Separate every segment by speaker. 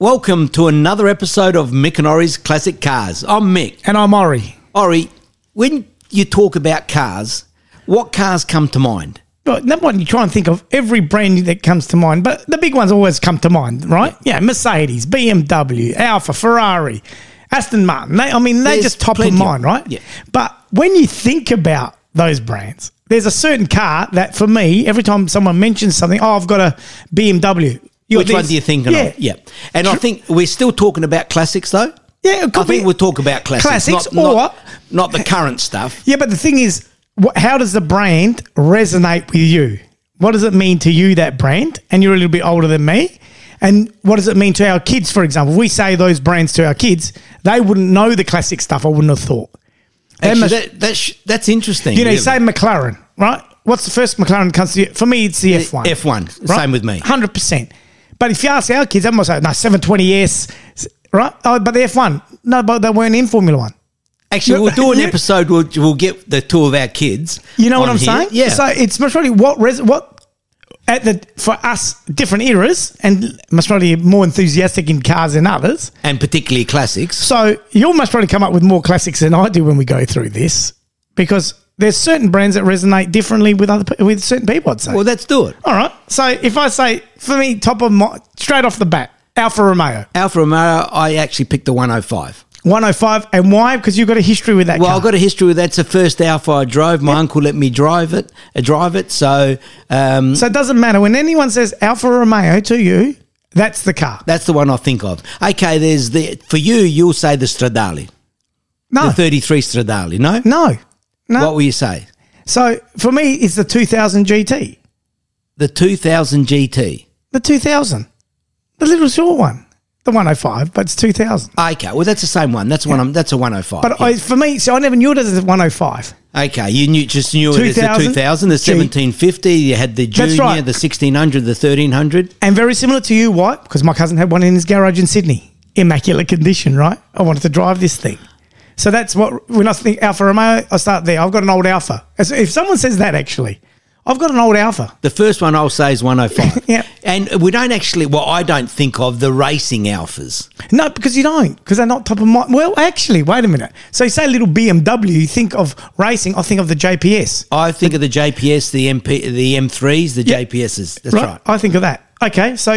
Speaker 1: Welcome to another episode of Mick and Ori's Classic Cars. I'm Mick.
Speaker 2: And I'm Ori.
Speaker 1: Ori, when you talk about cars, what cars come to mind?
Speaker 2: Well, number one, you try and think of every brand that comes to mind, but the big ones always come to mind, right? Yeah, Mercedes, BMW, Alpha, Ferrari, Aston Martin. They, I mean, they
Speaker 1: There's
Speaker 2: just top of
Speaker 1: plenty of-
Speaker 2: mind, right?
Speaker 1: yeah.
Speaker 2: But when you think about those brands, there's a certain car that for me, every time someone mentions something, oh, I've got a BMW. You
Speaker 1: Which
Speaker 2: got
Speaker 1: one
Speaker 2: this.
Speaker 1: do you think of?
Speaker 2: Yeah,
Speaker 1: Yeah. And I think we're still talking about classics, though.
Speaker 2: yeah. It
Speaker 1: I
Speaker 2: could
Speaker 1: think
Speaker 2: be-
Speaker 1: we'll talk about classics.
Speaker 2: Classics
Speaker 1: not, not-
Speaker 2: or-
Speaker 1: not the current stuff.
Speaker 2: Yeah, but the thing is, wh- how does the brand resonate with you? What does it mean to you, that brand? And you're a little bit older than me. And what does it mean to our kids, for example? If we say those brands to our kids, they wouldn't know the classic stuff, I wouldn't have thought. They
Speaker 1: Actually,
Speaker 2: must-
Speaker 1: that, that's, that's interesting.
Speaker 2: you know, you
Speaker 1: really.
Speaker 2: say McLaren, right? What's the first McLaren that comes to you? For me, it's the F1.
Speaker 1: F1, same with me.
Speaker 2: 100%. But if you ask our kids, they might say, no, 720S, right? Oh, but the F1. No, but they weren't in Formula One.
Speaker 1: Actually, we'll do an
Speaker 2: Yeah.
Speaker 1: episode. We'll, we'll get the two of our kids.
Speaker 2: You know what
Speaker 1: on
Speaker 2: I'm
Speaker 1: here.
Speaker 2: saying?
Speaker 1: Yeah.
Speaker 2: So it's majority what res- what at the for us different eras and must probably more enthusiastic in cars than others.
Speaker 1: and particularly classics.
Speaker 2: So you'll must probably come up with more classics than I do when we go through this because there's certain brands that resonate differently with other pe- with certain people. I'd say.
Speaker 1: Well, let's do it.
Speaker 2: All right. So if I say for me, top of my straight off the bat, Alfa Romeo
Speaker 1: Alfa Romeo, I actually picked the 105.
Speaker 2: 105, and why? Because you've got a history with that.
Speaker 1: Well,
Speaker 2: car.
Speaker 1: I've got a history with that's the first Alfa I drove. My uncle let me drive it, uh, drive it. So um,
Speaker 2: so it doesn't matter when anyone says Alfa Romeo to you. That's the car.
Speaker 1: that's the one I think of. Okay, there's the for you. You'll say the Stradale,
Speaker 2: No,
Speaker 1: the 33 Stradale. No,
Speaker 2: no, Oh. no.
Speaker 1: what will you say?
Speaker 2: So for me, it's the 2000 GT,
Speaker 1: The 2000 GT.
Speaker 2: the 2000, the little short one, the 105, but it's 2000.
Speaker 1: Okay, well that's the same one. That's one. oh I'm, that's a 105.
Speaker 2: But I, for me, so I never knew it as a 105.
Speaker 1: Okay, you knew just knew it as the
Speaker 2: 2000,
Speaker 1: 2000, the
Speaker 2: G.
Speaker 1: 1750. You had the junior,
Speaker 2: right.
Speaker 1: the 1600, the 1300.
Speaker 2: And very similar to you, why? Because my cousin had one in his garage in Sydney, immaculate condition, right? I wanted to drive this thing. So that's what, when I think Alfa Romeo, I start there. I've got an old Alfa. As- If someone says that, actually, I've got an old Alfa.
Speaker 1: The first one I'll say is 105.
Speaker 2: Yeah.
Speaker 1: And we don't actually, well, I don't think of the racing alphas.
Speaker 2: No, because you don't, because they're not top of mind. Well, actually, wait a minute. So you say little BMW, you think of racing, I think of the JPS.
Speaker 1: I think of the JPS, the MP, the M3s, the
Speaker 2: Yeah.
Speaker 1: JPSs. That's right.
Speaker 2: I think of that. Okay, so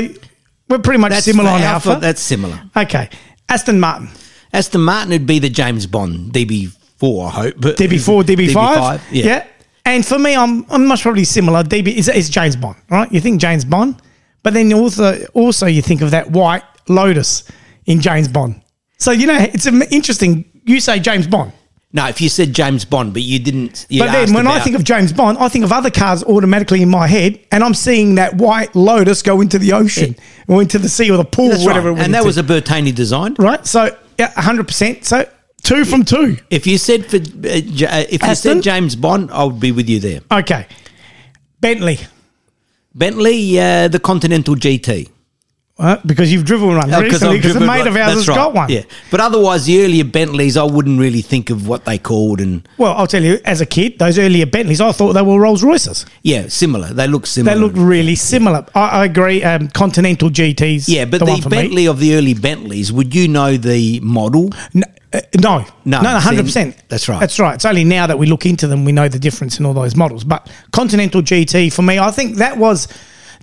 Speaker 2: we're pretty much
Speaker 1: That's
Speaker 2: similar
Speaker 1: the
Speaker 2: on Alpha.
Speaker 1: That's similar.
Speaker 2: okay, Aston Martin,
Speaker 1: Aston Martin would be the James Bond DB4, I hope. But
Speaker 2: DB4, DB5.
Speaker 1: Yeah.
Speaker 2: And for me, I'm I'm much probably similar. DB is, is James Bond, right? You think James Bond, but then you also also you think of that white Lotus in James Bond. So you know it's um, interesting. You say James Bond,
Speaker 1: No, if you said James Bond, but you didn't. You
Speaker 2: but then when I think of James Bond, I think of other cars automatically in my head, and I'm seeing that white Lotus go into the ocean or into the sea or the pool,
Speaker 1: that's whatever
Speaker 2: whatever. it went
Speaker 1: And that
Speaker 2: into.
Speaker 1: was a Bertani design.
Speaker 2: right? So yeah, hundred percent. So two from two.
Speaker 1: If you said for, uh, J- uh, if you
Speaker 2: Aston?
Speaker 1: said James Bond, I would be with you there.
Speaker 2: Okay, Bentley,
Speaker 1: Bentley, uh, the Continental GT.
Speaker 2: Uh, because you've driven one
Speaker 1: Oh,
Speaker 2: recently.
Speaker 1: I've
Speaker 2: Because a
Speaker 1: driven
Speaker 2: mate
Speaker 1: one.
Speaker 2: of ours
Speaker 1: That's
Speaker 2: has
Speaker 1: right.
Speaker 2: got one.
Speaker 1: Yeah, but otherwise, the earlier Bentleys, I wouldn't really think of what they called, and
Speaker 2: Well, I'll tell you, as a kid, those earlier Bentleys, I thought they were Rolls Royces.
Speaker 1: yeah, similar. They look similar.
Speaker 2: They look really similar. I, I agree. Um, Continental GTs.
Speaker 1: yeah, but
Speaker 2: the,
Speaker 1: the,
Speaker 2: one for me.
Speaker 1: Bentley of the early Bentleys, would you know the model?
Speaker 2: No, uh, no,
Speaker 1: No,
Speaker 2: no, no,
Speaker 1: see,
Speaker 2: hundred percent.
Speaker 1: that's right.
Speaker 2: That's right. It's only now that we look into them, we know the difference in all those models. But Continental GT for me, I think that was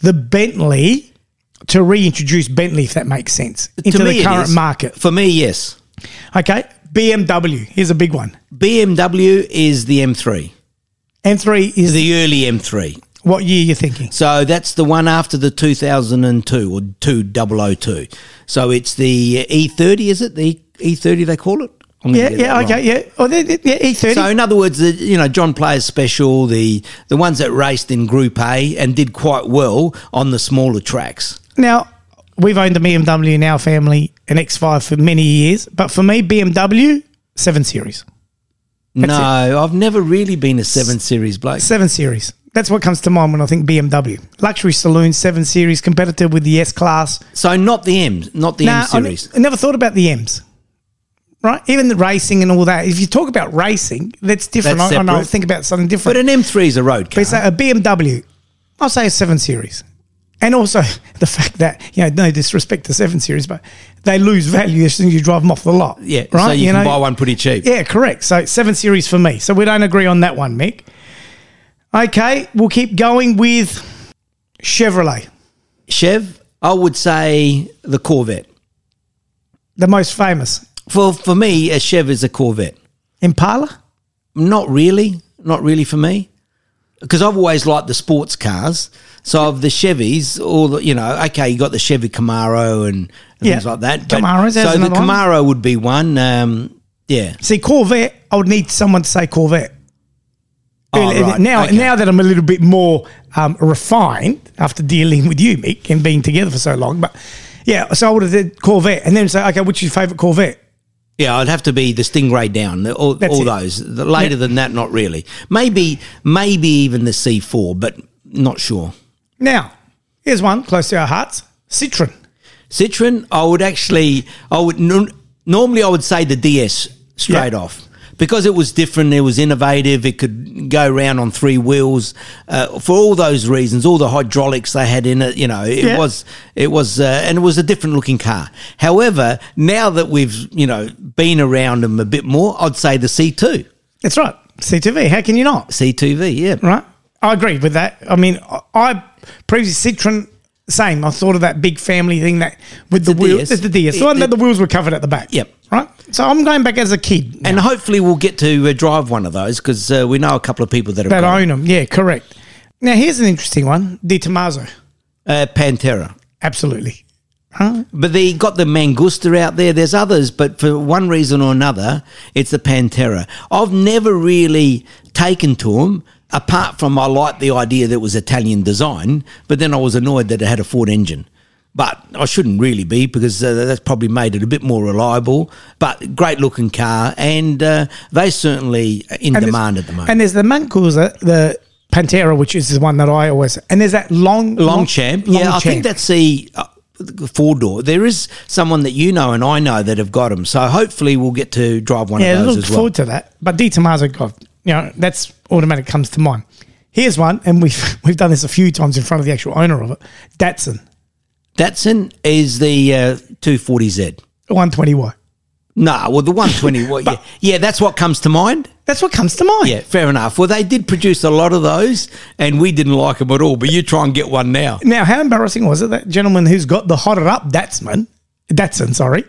Speaker 2: the Bentley to reintroduce Bentley, if that makes sense, into
Speaker 1: To me,
Speaker 2: the
Speaker 1: it
Speaker 2: current
Speaker 1: is.
Speaker 2: market.
Speaker 1: For me, yes.
Speaker 2: Okay, BMW. Here's a big one.
Speaker 1: BMW is the M3,
Speaker 2: M3 is
Speaker 1: the early M3.
Speaker 2: what year you're thinking?
Speaker 1: So that's the one after the 2002 or 2002. So it's the E30, is it? The E30 they call it? I'm gonna
Speaker 2: Yeah,
Speaker 1: get that
Speaker 2: yeah,
Speaker 1: wrong.
Speaker 2: okay, yeah. Oh, they- they- yeah, E30.
Speaker 1: So in other words, the you know John Player's special, the the ones that raced in Group A and did quite well on the smaller tracks.
Speaker 2: Now, we've owned a BMW in our family, an X5 for many years, but for me, BMW 7 Series.
Speaker 1: no, I've never really been a seven series bloke.
Speaker 2: 7 Series. That's what comes to mind when I think BMW. Luxury saloon, 7 Series, competitor with the S Class.
Speaker 1: So not the M, not the
Speaker 2: Nah,
Speaker 1: M
Speaker 2: I ne-
Speaker 1: series.
Speaker 2: I never thought about the M's. Right, even the racing and all that. If you talk about racing, that's different.
Speaker 1: That's
Speaker 2: I, I know.
Speaker 1: separate.
Speaker 2: Think about something different.
Speaker 1: But an M3 is a road car.
Speaker 2: But say a BMW, I'll say a 7 Series. and also the fact that you know no disrespect to seven series, but they lose value as soon as you drive them off the lot.
Speaker 1: Yeah, so you, can buy one pretty cheap.
Speaker 2: Yeah, correct. So seven series for me. So we don't agree on that one, Mick. Okay, we'll keep going with Chevrolet,
Speaker 1: Chev, I would say the Corvette.
Speaker 2: the most famous
Speaker 1: For for me, a Chev is a Corvette.
Speaker 2: Impala.
Speaker 1: Not really, not really for me, because I've always liked the sports cars. So of the Chevys, all the, you know, okay, you got the Chevy Camaro and, and
Speaker 2: Yeah.
Speaker 1: things like that. but-
Speaker 2: Camaros, there's
Speaker 1: so the
Speaker 2: another one.
Speaker 1: Camaro would be one. Um, yeah.
Speaker 2: See, Corvette, I would need someone to say Corvette.
Speaker 1: Oh,
Speaker 2: And- and
Speaker 1: right,
Speaker 2: Now,
Speaker 1: okay.
Speaker 2: now that I'm a little bit more um, refined after dealing with you, Mick, and being together for so long, but yeah, so I would have said Corvette, and then say, okay, what's your favourite Corvette?
Speaker 1: Yeah, I'd have to be the Stingray down. the- All,
Speaker 2: That's
Speaker 1: all
Speaker 2: it.
Speaker 1: those The- later than that, not really. Maybe, maybe even the C4, but not sure.
Speaker 2: Now, here's one close to our hearts: Citroen.
Speaker 1: Citroen, I would actually, I would n- normally I would say the DS straight
Speaker 2: Yeah.
Speaker 1: off because it was different. It was innovative. It could go round on three wheels. Uh, for all those reasons, all the hydraulics they had in it, you know, it
Speaker 2: Yeah.
Speaker 1: was it was uh, and it was a different looking car. However, now that we've you know been around them a bit more, I'd say the C2,
Speaker 2: That's right, CTV. How can you not?
Speaker 1: C2V, yeah.
Speaker 2: Right, I agree with that. I mean, I, I previously Citroen. Same. I thought of that big family thing that with the,
Speaker 1: The
Speaker 2: wheels,
Speaker 1: DS.
Speaker 2: the DS, the
Speaker 1: It-
Speaker 2: one that
Speaker 1: it-
Speaker 2: the wheels were covered at the back.
Speaker 1: Yep.
Speaker 2: Right. So I'm going back as a kid.
Speaker 1: And hopefully we'll get to uh, drive one of those because uh, we know a couple of people that have
Speaker 2: that
Speaker 1: got
Speaker 2: own them. Yeah, correct. Now here's an interesting one: Di Tomaso.
Speaker 1: uh, Pantera.
Speaker 2: Absolutely. Huh?
Speaker 1: But they got the Mangusta out there. There's others, but for one reason or another, it's the Pantera. I've never really taken to them, apart from I liked the idea that it was Italian design, but then I was annoyed that it had a Ford engine. But I shouldn't really be because uh, that's probably made it a bit more reliable. But great looking car, and uh, they certainly are in
Speaker 2: there's-
Speaker 1: demand at the moment.
Speaker 2: And there's the Mancusa, the Pantera, which is the one that I always. And there's that long,
Speaker 1: Long Champ. yeah, I think that's the uh, four door. There is someone that you know and I know that have got them. So hopefully we'll get to drive one
Speaker 2: Yeah, I
Speaker 1: of those
Speaker 2: look
Speaker 1: as well.
Speaker 2: forward to that. But Di Tomaso, God, you know, that's automatic comes to mind. Here's one, and we've we've done this a few times in front of the actual owner of it, Datsun
Speaker 1: Datsun is the uh, 240Z.
Speaker 2: 120Y.
Speaker 1: No, well, the 120. well, yeah, yeah, that's what comes to mind.
Speaker 2: That's what comes to mind.
Speaker 1: Yeah, fair enough. Well, they did produce a lot of those, and we didn't like them at all. But you try and get one now.
Speaker 2: Now, how embarrassing was it that gentleman who's got the hotted up Datsun, Datsun, sorry.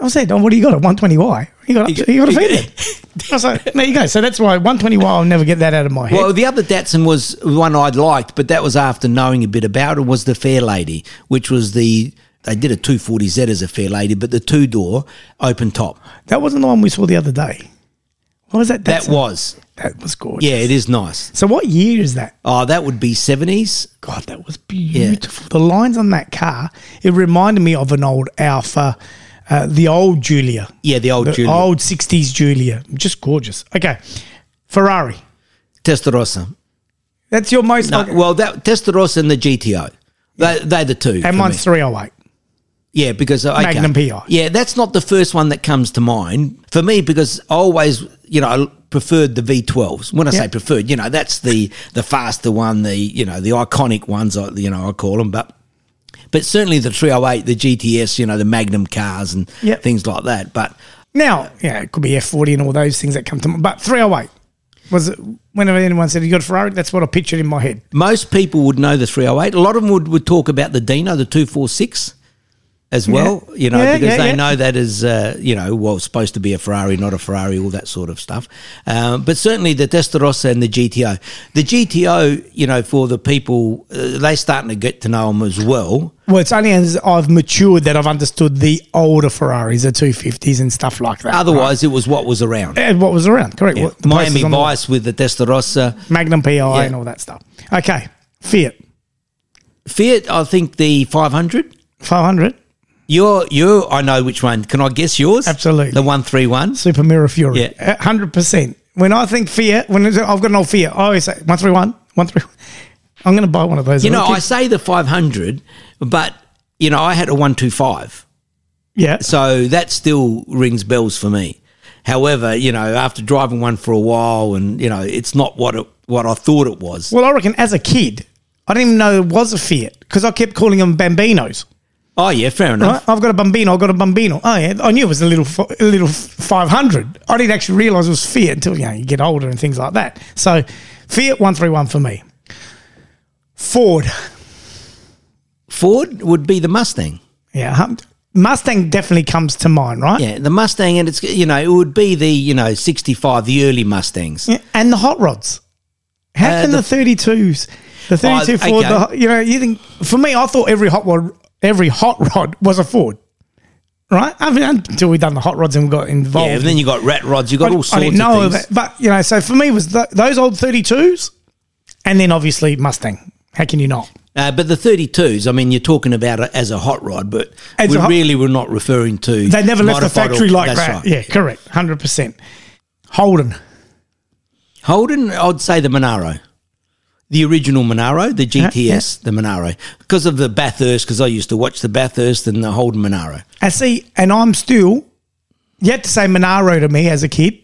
Speaker 2: I was saying, Don, what do you got at 120Y? You got, you, got offended. I was like, there you go. So that's why 120Y, I'll never get that out of my head.
Speaker 1: Well, the other Datsun was one I'd liked, but that was after knowing a bit about it. Was the Fair Lady, which was the they did a 240Z as a Fair Lady, but the two door open top.
Speaker 2: that wasn't the one we saw the other day. What was that?
Speaker 1: That
Speaker 2: Datsun?
Speaker 1: was
Speaker 2: That was gorgeous.
Speaker 1: yeah, it is nice.
Speaker 2: So what year is that?
Speaker 1: Oh, that would be seventies.
Speaker 2: God, that was beautiful. The lines on that car, it reminded me of an old Alpha, uh, the old Julia.
Speaker 1: Yeah, the old
Speaker 2: The
Speaker 1: Julia.
Speaker 2: old 60s Julia. Just gorgeous. Okay. Ferrari.
Speaker 1: Testarossa.
Speaker 2: That's your most.
Speaker 1: No, well, that Testarossa and the GTO. They, they're the two. for
Speaker 2: and
Speaker 1: me.
Speaker 2: mine's 308.
Speaker 1: Yeah, because okay.
Speaker 2: Magnum PI.
Speaker 1: Yeah, that's not the first one that comes to mind for me because I always, you know, I preferred the V12s. When I
Speaker 2: Yeah.
Speaker 1: say preferred, you know, that's the the faster one, the you know, the iconic ones. I you know I call them, but but certainly the 308, the GTS, you know, the Magnum cars and
Speaker 2: Yeah.
Speaker 1: things like that. But
Speaker 2: Now, yeah, it could be F40 and all those things that come to mind. But 308 was it, whenever anyone said you got a Ferrari, that's what I pictured in my head.
Speaker 1: most people would know the 308. A lot of them would, would talk about the Dino, the 246 as well, you know,
Speaker 2: Yeah,
Speaker 1: because
Speaker 2: yeah,
Speaker 1: they
Speaker 2: yeah.
Speaker 1: know that is, uh, you know, well, it's supposed to be a Ferrari, not a Ferrari, all that sort of stuff. Um, but certainly the Testarossa and the GTO. The GTO, you know, for the people, uh, they starting to get to know them as well.
Speaker 2: Well, it's only as I've matured that I've understood the older Ferraris, the 250s and stuff like that.
Speaker 1: Otherwise, it was what was around.
Speaker 2: And what was around, correct. What, the prices
Speaker 1: Miami
Speaker 2: on the-
Speaker 1: Vice with the Testarossa.
Speaker 2: Magnum PI and all that stuff. Okay, Fiat
Speaker 1: Fiat, I think the 500.
Speaker 2: 500,
Speaker 1: Your, your, I know which one. Can I guess yours?
Speaker 2: Absolutely.
Speaker 1: The 131.
Speaker 2: Super Mirror Fury.
Speaker 1: Yeah.
Speaker 2: Uh, 100%. When I think Fiat, when it's- I've got an old Fiat, I always say 131, 131. I'm going to buy one of those.
Speaker 1: You know,
Speaker 2: I'll
Speaker 1: I
Speaker 2: keep-
Speaker 1: say the 500, but you know, I had a 125.
Speaker 2: yeah.
Speaker 1: So that still rings bells for me. However, you know, after driving one for a while and you know, it's not what it, what I thought it was.
Speaker 2: Well, I reckon as a kid, I didn't even know there was a Fiat because I kept calling them Bambinos.
Speaker 1: Oh yeah, fair
Speaker 2: Right?
Speaker 1: enough.
Speaker 2: I've got a Bambino. I've got a Bambino. Oh yeah, I knew it was a little, fi- a little five hundred. I didn't actually realise it was Fiat until you know you get older and things like that. So, Fiat one three one for me. Ford,
Speaker 1: Ford would be the Mustang.
Speaker 2: yeah, hum- Mustang definitely comes to mind, right?
Speaker 1: Yeah, the Mustang, and it's you know it would be the you know sixty five, the early Mustangs.
Speaker 2: Yeah, and the hot rods. How
Speaker 1: Uh,
Speaker 2: can
Speaker 1: the-
Speaker 2: the thirty twos, the thirty two
Speaker 1: Oh,
Speaker 2: Ford,
Speaker 1: okay.
Speaker 2: the hot- you know, you think for me, I thought every hot rod, every hot rod was a Ford, right? I mean, until we done the hot rods and we got involved.
Speaker 1: Yeah, and then you got rat rods. You got
Speaker 2: Oh. I,
Speaker 1: all
Speaker 2: I
Speaker 1: sorts
Speaker 2: didn't know
Speaker 1: of
Speaker 2: of
Speaker 1: things.
Speaker 2: it, but you know, so for me it was th- those old thirty twos, and then obviously Mustang. How can you not?
Speaker 1: Uh, but the 32s, I mean, you're talking about it as a hot rod, but
Speaker 2: As
Speaker 1: we
Speaker 2: a hot-
Speaker 1: really were not referring to.
Speaker 2: They never left the
Speaker 1: modified or-
Speaker 2: factory like
Speaker 1: that's
Speaker 2: that.
Speaker 1: right.
Speaker 2: Yeah, correct, hundred percent. Holden,
Speaker 1: Holden, I'd say the Monaro. The original Monaro, the GTS, the Monaro, because of the Bathurst, because I used to watch the Bathurst and the Holden Monaro.
Speaker 2: I see, and I'm still yet to say Monaro to me as a kid,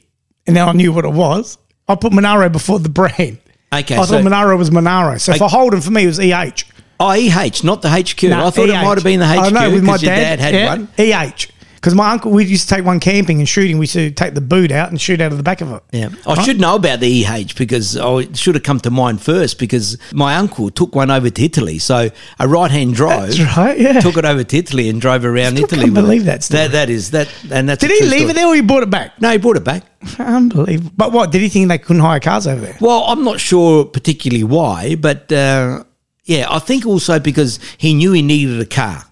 Speaker 2: and now I knew what it was. I put Monaro before the brand.
Speaker 1: Okay,
Speaker 2: I
Speaker 1: so
Speaker 2: thought Monaro was Monaro. So for Holden, for me, it was EH.
Speaker 1: IEH, E not the HQ.
Speaker 2: No,
Speaker 1: I thought it
Speaker 2: EH.
Speaker 1: might have been the HQ.
Speaker 2: I know with my
Speaker 1: 'cause your
Speaker 2: dad,
Speaker 1: had
Speaker 2: yeah,
Speaker 1: one.
Speaker 2: EH. Because my uncle, we used to take one camping and shooting. We used to take the boot out and shoot out of the back of it.
Speaker 1: Yeah, I should know about the EH because I it should have come to mind first because my uncle took one over to Italy. So a right-hand drive,
Speaker 2: That's right, yeah.
Speaker 1: took it over to Italy and drove around
Speaker 2: Still
Speaker 1: Italy.
Speaker 2: can't
Speaker 1: with it.
Speaker 2: believe that story.
Speaker 1: That that is that, and that's
Speaker 2: Did
Speaker 1: a
Speaker 2: he
Speaker 1: true
Speaker 2: leave
Speaker 1: story.
Speaker 2: it there or he brought it back?
Speaker 1: No, he brought it back.
Speaker 2: Unbelievable. But what? Did he think they couldn't hire cars over there?
Speaker 1: Well, I'm not sure particularly why, but uh, yeah, I think also because he knew he needed a car.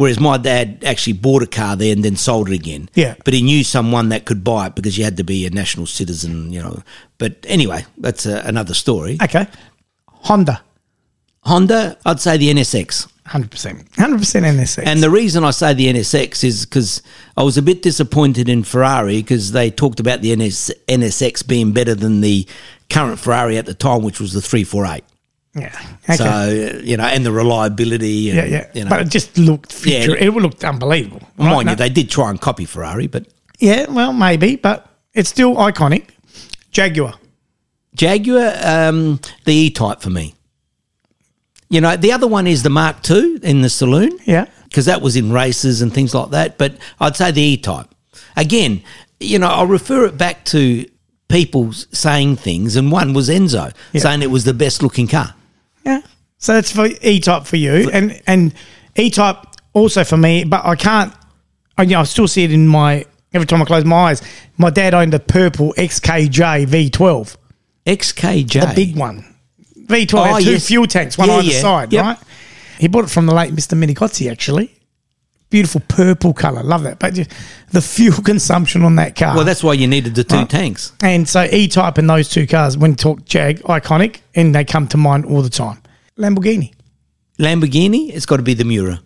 Speaker 1: Whereas my dad actually bought a car there and then sold it again.
Speaker 2: Yeah.
Speaker 1: But he knew someone that could buy it because you had to be a national citizen, you know. But anyway, that's uh another story.
Speaker 2: Okay. Honda,
Speaker 1: Honda, I'd say the NSX.
Speaker 2: 100%. 100% NSX.
Speaker 1: And the reason I say the NSX is because I was a bit disappointed in Ferrari because they talked about the NS, NSX being better than the current Ferrari at the time, which was the 348.
Speaker 2: yeah. Okay.
Speaker 1: So, uh, you know, and the reliability. And,
Speaker 2: yeah, yeah.
Speaker 1: You know,
Speaker 2: But it just looked
Speaker 1: Yeah.
Speaker 2: future. It looked unbelievable.
Speaker 1: mind
Speaker 2: right?
Speaker 1: you, they did try and copy Ferrari, but
Speaker 2: Yeah, well, maybe, but it's still iconic. Jaguar.
Speaker 1: Jaguar, um, the E type for me. You know, the other one is the Mark II in the saloon.
Speaker 2: Yeah.
Speaker 1: because that was in races and things like that. But I'd say the E type. Again, you know, I'll refer it back to people s- saying things, and one was Enzo saying it was the best looking car.
Speaker 2: Yeah. So that's for E type for you, and and E type also for me. But I can't. I, you know, I still see it in my every time I close my eyes. My dad owned a purple XKJ V12,
Speaker 1: XKJ.
Speaker 2: the big one. V12 had
Speaker 1: Oh,
Speaker 2: two
Speaker 1: yes.
Speaker 2: fuel tanks, one
Speaker 1: Yeah,
Speaker 2: on either
Speaker 1: yeah.
Speaker 2: side,
Speaker 1: Yep.
Speaker 2: right? He bought it from the late Mr. Minicozzi, actually. Beautiful purple color, love that. But ju- the fuel consumption on that car.
Speaker 1: well, that's why you needed the two tanks.
Speaker 2: And so E Type and those two cars, when you talk Jag, iconic, and they come to mind all the time. Lamborghini.
Speaker 1: Lamborghini, it's got to be the Mura.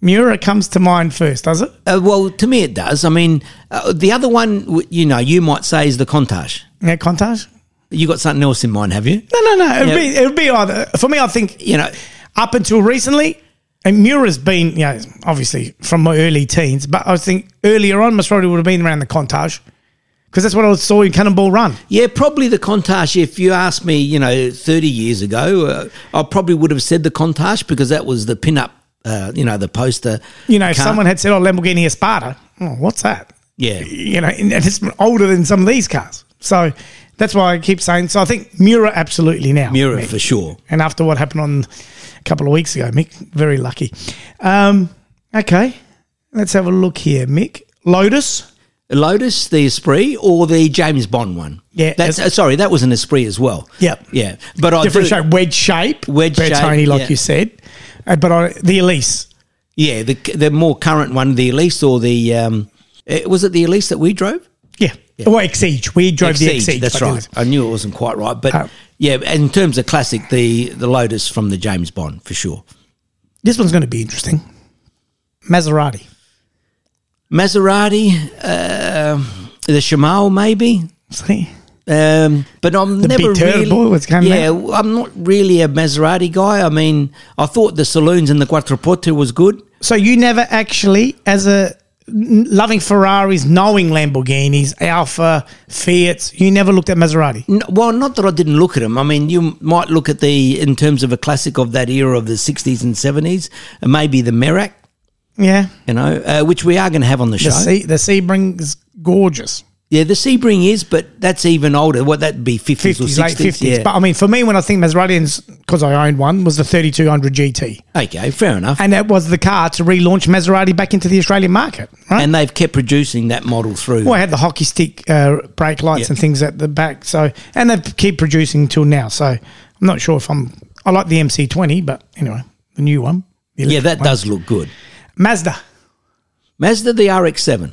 Speaker 2: Mura comes to mind first, does it?
Speaker 1: Uh, well, to me, it does. I mean, uh, the other one, w- you know, you might say is the Contage.
Speaker 2: Yeah, Contage?
Speaker 1: You got something else in mind, have you?
Speaker 2: No, no, no. It'd, be, it'd be either. For me, I think
Speaker 1: You know,
Speaker 2: up until recently, and Mura's been, you know, obviously from my early teens, but I think earlier on, most probably would have been around the Contage because that's what I saw in Cannonball Run.
Speaker 1: yeah, probably the Contage. If you asked me, you know, 30 years ago, uh, I probably would have said the Contage because that was the pin up, uh, you know, the poster.
Speaker 2: You know, if
Speaker 1: car.
Speaker 2: someone had said, oh, Lamborghini Esparta, oh, what's that?
Speaker 1: Yeah.
Speaker 2: you know, and it's older than some of these cars. So that's why I keep saying. So I think Mura absolutely now.
Speaker 1: Mura
Speaker 2: Mick.
Speaker 1: for sure.
Speaker 2: And after what happened on a couple of weeks ago, Mick, very lucky. Um, okay, let's have a look here, Mick. Lotus.
Speaker 1: Lotus, the Esprit, or the James Bond one.
Speaker 2: Yeah,
Speaker 1: That's, uh, sorry, that was an Esprit as well.
Speaker 2: Yep.
Speaker 1: Yeah. But I
Speaker 2: Different
Speaker 1: do,
Speaker 2: shape, wedge shape,
Speaker 1: Oh, Wedge shape,
Speaker 2: Bertone, like
Speaker 1: yeah.
Speaker 2: you said, Uh, but I, the Elise,
Speaker 1: Yeah, the, the more current one, the Elise or the, um, eh, was it the Elise that we drove?
Speaker 2: yeah, well, Exige. We drove the Exige.
Speaker 1: That's
Speaker 2: but the
Speaker 1: right.
Speaker 2: Elise.
Speaker 1: E, I knew it wasn't quite right, but
Speaker 2: Oh.
Speaker 1: yeah. In terms of classic, the the Lotus from the James Bond for sure.
Speaker 2: This one's going to be interesting. Maserati.
Speaker 1: Maserati, uh, the Shamal maybe,
Speaker 2: See,
Speaker 1: um, but I'm never
Speaker 2: big turbo
Speaker 1: really.
Speaker 2: was coming
Speaker 1: yeah, I'm not really a Maserati guy. I mean, I thought the saloons and the Quattroporte was good.
Speaker 2: so you never actually, as a n- loving Ferraris, knowing Lamborghinis, Alfa, Fiats. You never looked at Maserati.
Speaker 1: N- Well, not that I didn't look at them. I mean, you might look at the in terms of a classic of that era of the '60s and '70s, and maybe the Merak,
Speaker 2: Yeah,
Speaker 1: you know, uh, which we are going to have on the show.
Speaker 2: the sea, the Sebring is gorgeous.
Speaker 1: yeah, the Sebring is, but that's even older. What that'd be '50s, or
Speaker 2: Fifties, late
Speaker 1: '60s.
Speaker 2: fifties.
Speaker 1: yeah.
Speaker 2: But I mean, for me, when I think Maserati's, because I owned one, was the thirty two hundred GT,
Speaker 1: okay, fair enough. And,
Speaker 2: and that was the car to relaunch Maserati back into the Australian market. Right?
Speaker 1: they've kept producing that model through.
Speaker 2: Well, I had the hockey stick uh, brake lights
Speaker 1: Yeah.
Speaker 2: and things at the back. So, and they keep producing till now. So, I'm not sure if I'm. I like the MC20, but anyway, the new one. the
Speaker 1: yeah,
Speaker 2: electric
Speaker 1: that
Speaker 2: one.
Speaker 1: does look good.
Speaker 2: Mazda.
Speaker 1: Mazda the RX-7.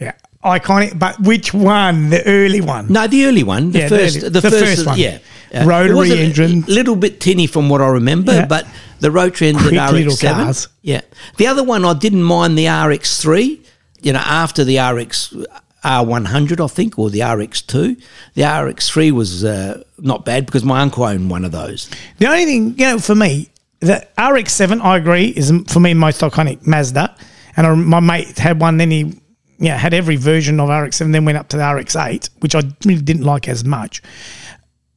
Speaker 2: Yeah, iconic. But which one? The early one.
Speaker 1: No, the early one, the
Speaker 2: Yeah, the
Speaker 1: first,
Speaker 2: early-
Speaker 1: the,
Speaker 2: the
Speaker 1: first,
Speaker 2: first one.
Speaker 1: yeah, Uh,
Speaker 2: Rotary
Speaker 1: it was a
Speaker 2: engine.
Speaker 1: little bit tinny from what I remember,
Speaker 2: Yeah.
Speaker 1: but the rotary engine
Speaker 2: Quick little
Speaker 1: RX-7,
Speaker 2: cars.
Speaker 1: yeah. The other one I didn't mind the RX-3, you know, after the RX uh, R100, I think, or the RX-2. The RX-3 was uh, not bad because my uncle owned one of those.
Speaker 2: The only thing, you know, for me, the RX-7, I agree, is m- for me most iconic Mazda. And I, my mate had one, then he yeah had every version of RX-7, then went up to the RX-8, which I really didn't like as much.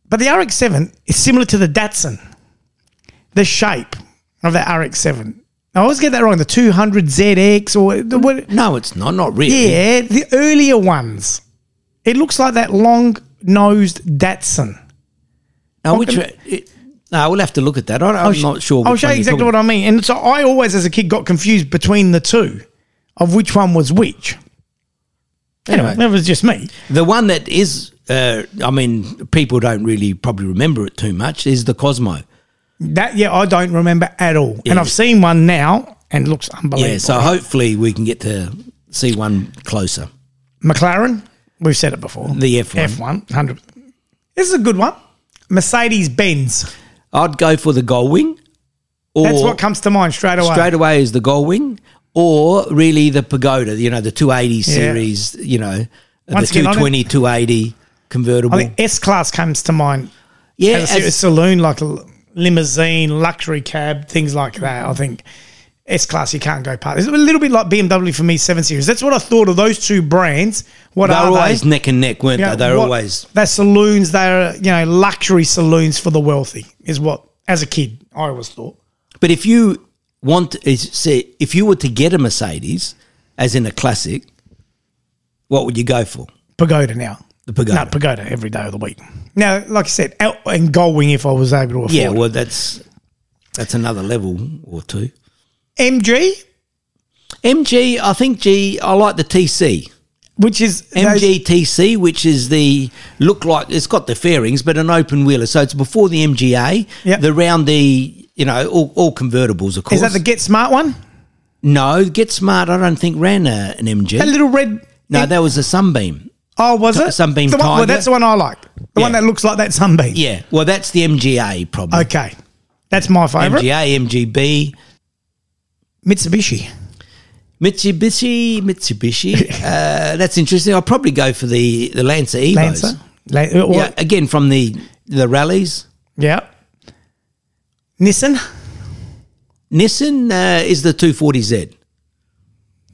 Speaker 2: But the RX-7 is similar to the Datsun, the shape of the RX-7. I always get that wrong. The 200 ZX or the what?
Speaker 1: No, it's not, not really.
Speaker 2: Yeah, the earlier ones. It looks like that long-nosed Datsun.
Speaker 1: No, which, it, no, we'll have to look at that. I, I'm
Speaker 2: sh-
Speaker 1: not sure.
Speaker 2: I'll Oh, show you exactly what I mean. And so I always, as a kid, got confused between the two of which one was which. Anyway,
Speaker 1: Anyway.
Speaker 2: that was just me.
Speaker 1: The one that is, uh, I mean, people don't really probably remember it too much is the Cosmo.
Speaker 2: That yeah, I don't remember at all. And I've seen one now, and it looks unbelievable.
Speaker 1: Yeah, so hopefully we can get to see one closer.
Speaker 2: McLaren, we've said it before.
Speaker 1: The F1.
Speaker 2: F one hundred. This is a good one. Mercedes Benz.
Speaker 1: I'd go for the goal wing, or
Speaker 2: That's what comes to mind straight away.
Speaker 1: straight away is the goal wing, or really the pagoda. You know, the two eighty series. You know,
Speaker 2: Once
Speaker 1: the
Speaker 2: again, I don't-
Speaker 1: 220, 280
Speaker 2: I
Speaker 1: convertible.
Speaker 2: think S class comes to mind
Speaker 1: yeah,
Speaker 2: as a
Speaker 1: as-
Speaker 2: serious saloon, like a l- limousine, luxury cab, things like that. I think S class you can't go past. It's a little bit like BMW for me, seven series. That's what I thought of those two brands. What
Speaker 1: they were
Speaker 2: are
Speaker 1: always
Speaker 2: they?
Speaker 1: neck and neck, weren't
Speaker 2: Yeah,
Speaker 1: they? They were
Speaker 2: what-
Speaker 1: always.
Speaker 2: they're saloons. They're you know luxury saloons for the wealthy. Is what as a kid I always thought.
Speaker 1: But if you want, is say, if you were to get a Mercedes, as in a classic, what would you go for?
Speaker 2: Pagoda now.
Speaker 1: The pagoda.
Speaker 2: No, pagoda every day of the week. Now, like I said, out and Goldwing if I was able to afford.
Speaker 1: yeah,
Speaker 2: it.
Speaker 1: well, that's that's another level or two.
Speaker 2: MG,
Speaker 1: MG, I think G. I like the TC.
Speaker 2: which is those-
Speaker 1: MGTC, which is the look like it's got the fairings, but an open wheeler. So it's before the MGA,
Speaker 2: Yep.
Speaker 1: the roundy, you know, all, all convertibles, of course.
Speaker 2: Is that the Get Smart one?
Speaker 1: no, Get Smart, I don't think ran a, an
Speaker 2: That
Speaker 1: MG.
Speaker 2: little red.
Speaker 1: No, that was a Sunbeam.
Speaker 2: Oh, was it
Speaker 1: sunbeam
Speaker 2: The one, well,
Speaker 1: tiger.
Speaker 2: that's the one I like. The one
Speaker 1: Yeah.
Speaker 2: that looks like that sunbeam.
Speaker 1: Yeah, well, that's the MGA problem.
Speaker 2: Okay, that's my favorite.
Speaker 1: MGA, MGB,
Speaker 2: Mitsubishi.
Speaker 1: Mitsubishi, Mitsubishi. uh, that's interesting. I'll probably go for the, the Lancer Evos.
Speaker 2: Lancer. La- uh, or-
Speaker 1: Yeah,
Speaker 2: yeah.
Speaker 1: again, from the, the rallies.
Speaker 2: Nissan.
Speaker 1: Nissan uh, is the 240Z.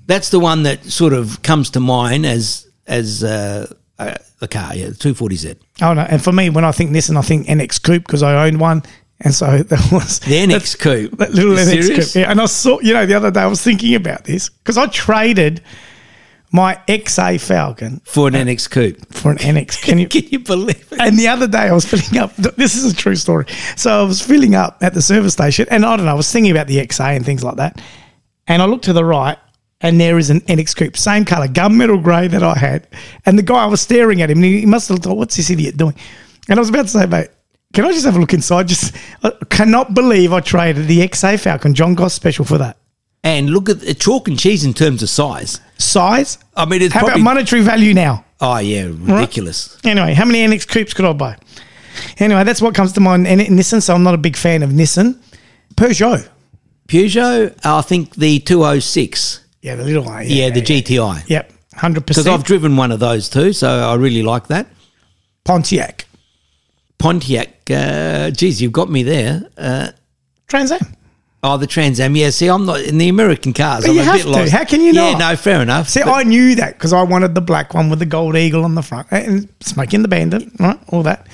Speaker 1: That's the one that sort of comes to mind as as uh, uh, the car, yeah, the 240Z.
Speaker 2: Oh no! And for me, when I think Nissan, I think NX Coupe because I owned one, and so that was
Speaker 1: The NX Coupe.
Speaker 2: That little
Speaker 1: You
Speaker 2: NX
Speaker 1: serious?
Speaker 2: Coupe. Yeah, and I saw, you know, the other day I was thinking about this because I traded my XA Falcon
Speaker 1: For an NX Coupe.
Speaker 2: for an NX. Can you?
Speaker 1: Can you believe it?
Speaker 2: And the other day I was filling up. This is a true story. So I was filling up at the service station, and I don't know. I was thinking about the XA and things like that, and I looked to the right, and there is an NX Coupe, same color, gunmetal grey that I had. And the guy I was staring at him, and he he must have thought, "What's this idiot doing?" And I was about to say, "Mate, can I just have a look inside?" Just I cannot believe I traded the XA Falcon John Goss special for that
Speaker 1: And look at the chalk and cheese in terms of size.
Speaker 2: size.
Speaker 1: I mean, it's
Speaker 2: How
Speaker 1: probably.
Speaker 2: about monetary value now?
Speaker 1: oh, yeah, ridiculous.
Speaker 2: Anyway, how many NX coupes could I buy? Anyway, that's what comes to mind. And Nissan, so I'm not a big fan of Nissan. Peugeot.
Speaker 1: Peugeot, I think the 206.
Speaker 2: Yeah, the little one.
Speaker 1: Yeah, the GTI.
Speaker 2: Yep, hundred
Speaker 1: Because I've
Speaker 2: percent.
Speaker 1: driven one of those too, so I really like that.
Speaker 2: Pontiac,
Speaker 1: Pontiac, uh, geez, you've got me there.
Speaker 2: Trans Am.
Speaker 1: Oh, the Trans Am. Yeah, see, I'm not in the American cars.
Speaker 2: But
Speaker 1: I'm
Speaker 2: you
Speaker 1: a
Speaker 2: have
Speaker 1: bit
Speaker 2: to.
Speaker 1: lost.
Speaker 2: How can you
Speaker 1: yeah,
Speaker 2: not?
Speaker 1: no, fair enough.
Speaker 2: See,
Speaker 1: But-
Speaker 2: I knew that because I wanted the black one with the gold eagle on the front and smoking the bandit, right? All that.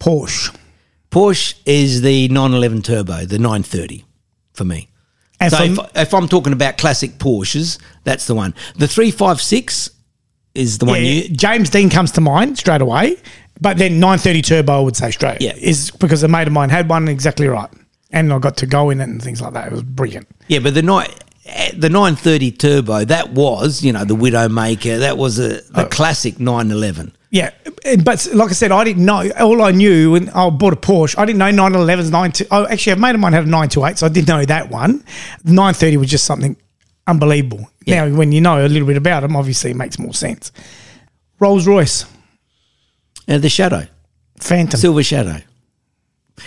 Speaker 2: Porsche.
Speaker 1: Porsche is the 911 turbo, the 930 for me.
Speaker 2: And
Speaker 1: so
Speaker 2: for
Speaker 1: if,
Speaker 2: m-
Speaker 1: if I'm talking about classic Porsches, that's the one. The 356 is the one
Speaker 2: Yeah,
Speaker 1: you.
Speaker 2: James Dean comes to mind straight away, but then 930 Turbo I would say straight.
Speaker 1: Yeah.
Speaker 2: Is because a mate of mine had one exactly right. And I got to go in it and things like that. It was brilliant.
Speaker 1: Yeah, but the nine. The 930 turbo that was, you know, the Widowmaker. That was a
Speaker 2: Oh.
Speaker 1: the classic 911.
Speaker 2: Yeah, and- but like I said, I didn't know. All I knew when I bought a Porsche, I didn't know 911s, 9 to, Oh, actually, a mate of mine had a 928, so I did know that one. 930 was just something unbelievable.
Speaker 1: Yeah.
Speaker 2: Now, when you know a little bit about them, obviously it makes more sense. Rolls Royce,
Speaker 1: Uh, the Shadow,
Speaker 2: Phantom.
Speaker 1: Silver Shadow.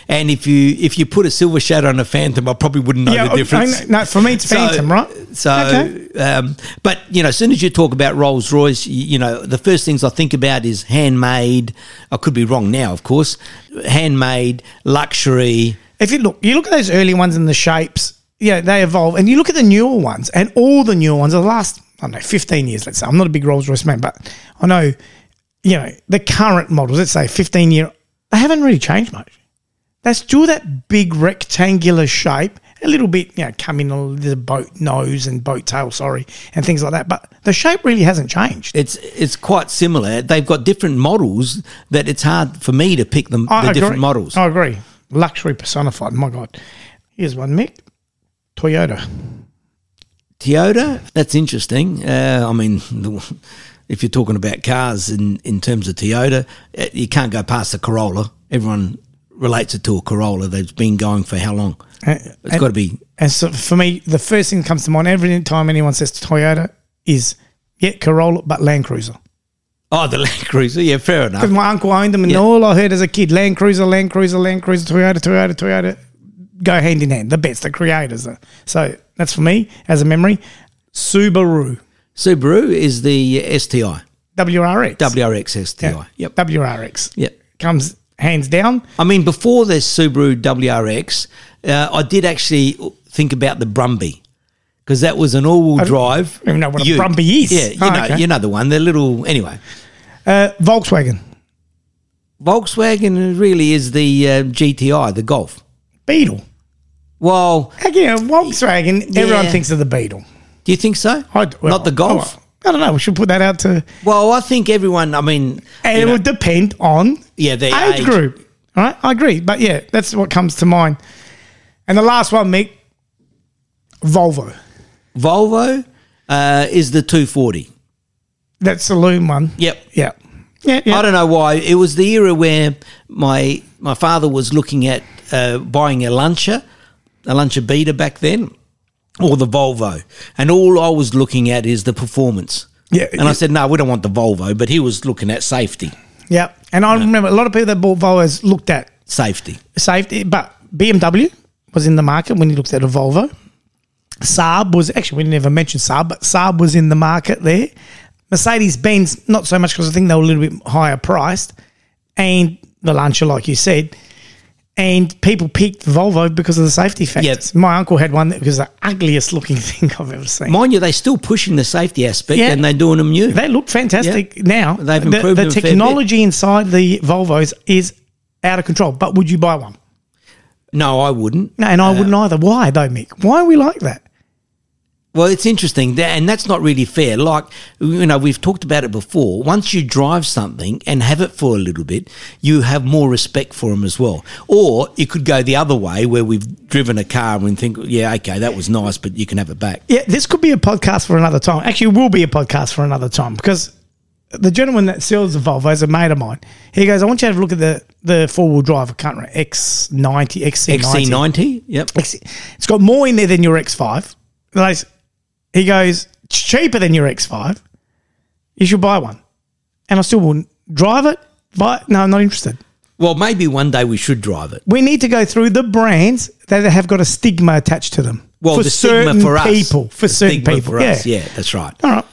Speaker 1: And if you if you put a Silver Shadow on a Phantom, I probably wouldn't know
Speaker 2: yeah,
Speaker 1: the difference.
Speaker 2: I- I- no, for me it's Phantom, right?
Speaker 1: So,
Speaker 2: Okay.
Speaker 1: um, but you know, as soon as you talk about Rolls Royce, you, you know, the first things I think about is handmade. I could be wrong now, of course. Handmade luxury.
Speaker 2: If you look, you look at those early ones and the shapes, yeah, they evolve. And you look at the newer ones, and all the newer ones, the last, I don't know, 15 years, let's say. I'm not a big Rolls Royce man, but I know, you know, the current models, let's say 15 year, they haven't really changed much. They still that big rectangular shape, a little bit, you know, coming on the boat nose and boat tail, sorry, and things like that. But the shape really hasn't changed.
Speaker 1: It's it's quite similar. They've got different models that it's hard for me to pick them the different
Speaker 2: agree.
Speaker 1: models.
Speaker 2: I agree. Luxury personified. My God. Here's one, Mick. Toyota.
Speaker 1: Toyota. That's interesting. Uh, I mean. The, if you're talking about cars in, in terms of Toyota, eh, you can't go past the Corolla. Everyone relates it to a Corolla. They've been going for how long?
Speaker 2: Uh,
Speaker 1: It's got to be
Speaker 2: And so for me, the first thing that comes to mind every time anyone says Toyota is, yeah, Corolla, but Land Cruiser.
Speaker 1: Oh, the Land Cruiser. Yeah, fair enough.
Speaker 2: Because my uncle owned them, and all I heard as a kid, Land Cruiser, Land Cruiser, Land Cruiser, Toyota, Toyota, Toyota, go hand in hand. The best, the creators. So that's for me as a memory. Subaru,
Speaker 1: Subaru is the STI,
Speaker 2: WRX.
Speaker 1: WRX STI. Yep.
Speaker 2: WRX.
Speaker 1: Yep.
Speaker 2: Comes hands down.
Speaker 1: I mean, before the Subaru WRX, uh, I did actually think about the Brumby because that was an all-wheel drive.
Speaker 2: even know what a
Speaker 1: ute.
Speaker 2: Brumby is.
Speaker 1: Yeah, you
Speaker 2: Oh,
Speaker 1: know,
Speaker 2: okay.
Speaker 1: you know the one. The little anyway.
Speaker 2: Uh, Volkswagen,
Speaker 1: Volkswagen really is the uh, GTI, the Golf.
Speaker 2: Beetle.
Speaker 1: Well,
Speaker 2: Again, Volkswagen, everyone
Speaker 1: Yeah.
Speaker 2: thinks of the Beetle.
Speaker 1: do you think so?
Speaker 2: I d- well, oh,
Speaker 1: Not the Golf.
Speaker 2: I I don't know. We should put that out to
Speaker 1: Well, I think everyone. I mean,
Speaker 2: And
Speaker 1: you
Speaker 2: it
Speaker 1: know,
Speaker 2: would depend on
Speaker 1: yeah, the
Speaker 2: age, group. All right, I agree. But yeah, that's what comes to mind. And the last one, Mick, Volvo.
Speaker 1: Volvo uh, is the 240.
Speaker 2: That saloon one.
Speaker 1: Yep.
Speaker 2: Yeah. Yeah, yeah.
Speaker 1: I don't know why. It was the era where my my father was looking at uh, buying a luncher, a luncher beater back then, or the Volvo, and all I was looking at is the performance.
Speaker 2: Yeah,
Speaker 1: and I
Speaker 2: yeah.
Speaker 1: said, no, we don't want the Volvo, but he was looking at safety,
Speaker 2: yeah. And I remember a lot of people that bought Volvos looked at
Speaker 1: safety.
Speaker 2: safety, but BMW was in the market when you looked at a Volvo. Saab was actually we never mentioned Saab, but Saab was in the market there. Mercedes Benz not so much because I think they were a little bit higher priced, and the Lancia, like you said, and people picked Volvo because of the safety factors. My uncle had one that was the ugliest looking thing I've ever seen.
Speaker 1: Mind you, they're still pushing the safety aspect,
Speaker 2: Yeah.
Speaker 1: and they're doing them new.
Speaker 2: they look fantastic now.
Speaker 1: They've
Speaker 2: The-
Speaker 1: improved
Speaker 2: the,
Speaker 1: them a fair bit.
Speaker 2: technology inside the Volvos is out of control. But would you buy one?
Speaker 1: No, I wouldn't.
Speaker 2: No, and I wouldn't either. Why though, Mick? Why are we like that?
Speaker 1: Well, it's interesting, tha- and that's not really fair. Like, you know, we've talked about it before. Once you drive something and have it for a little bit, you have more respect for them as well. Or it could go the other way where we've driven a car and think, yeah, okay, that was nice, but you can have it back.
Speaker 2: Yeah, this could be a podcast for another time. Actually, it will be a podcast for another time because the gentleman that sells the Volvo is a mate of mine. He goes, I want you to have a look at the, the four wheel drive. I can't remember. X90, XC90.
Speaker 1: XC90, yep.
Speaker 2: XC90. It's got more in there than your X5. And I s- He goes, it's cheaper than your X5. You should buy one. And I still wouldn't drive it. But no, I'm not interested.
Speaker 1: Well, maybe one day we should drive it.
Speaker 2: We need to go through the brands that have got a stigma attached to them.
Speaker 1: Well, the stigma
Speaker 2: certain
Speaker 1: for us.
Speaker 2: people, for
Speaker 1: The
Speaker 2: certain
Speaker 1: stigma
Speaker 2: people,
Speaker 1: for
Speaker 2: yeah.
Speaker 1: us. Yeah, that's right.
Speaker 2: All right,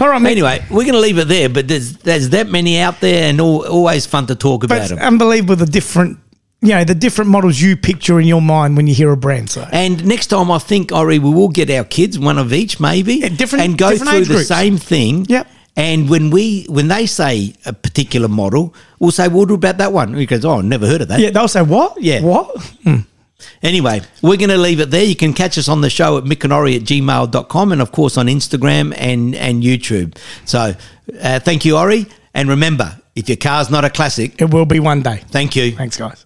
Speaker 2: all right, mate.
Speaker 1: Anyway, we're going to leave it there, but there's there's that many out there, and all, always fun to talk
Speaker 2: But
Speaker 1: about
Speaker 2: it's
Speaker 1: them.
Speaker 2: unbelievable the different you know, the different models you picture in your mind when you hear a brand. So
Speaker 1: And next time, I think, Ori, we will get our kids one of each, maybe,
Speaker 2: different-
Speaker 1: and go
Speaker 2: different
Speaker 1: through
Speaker 2: age
Speaker 1: the
Speaker 2: groups.
Speaker 1: same thing.
Speaker 2: Yep.
Speaker 1: And when we when they say a particular model, we'll say, "Well, what about that one?" He goes, "Oh, I've never heard of that."
Speaker 2: yeah, they'll say what?
Speaker 1: Yeah.
Speaker 2: what?
Speaker 1: Anyway, we're going to leave it there. You can catch us on the show at mickanori at gmail.com and, of course, on Instagram and, and YouTube. So uh, thank you, Ori. And remember, if your car's not a classic,
Speaker 2: It will be one day.
Speaker 1: thank you.
Speaker 2: Thanks, guys.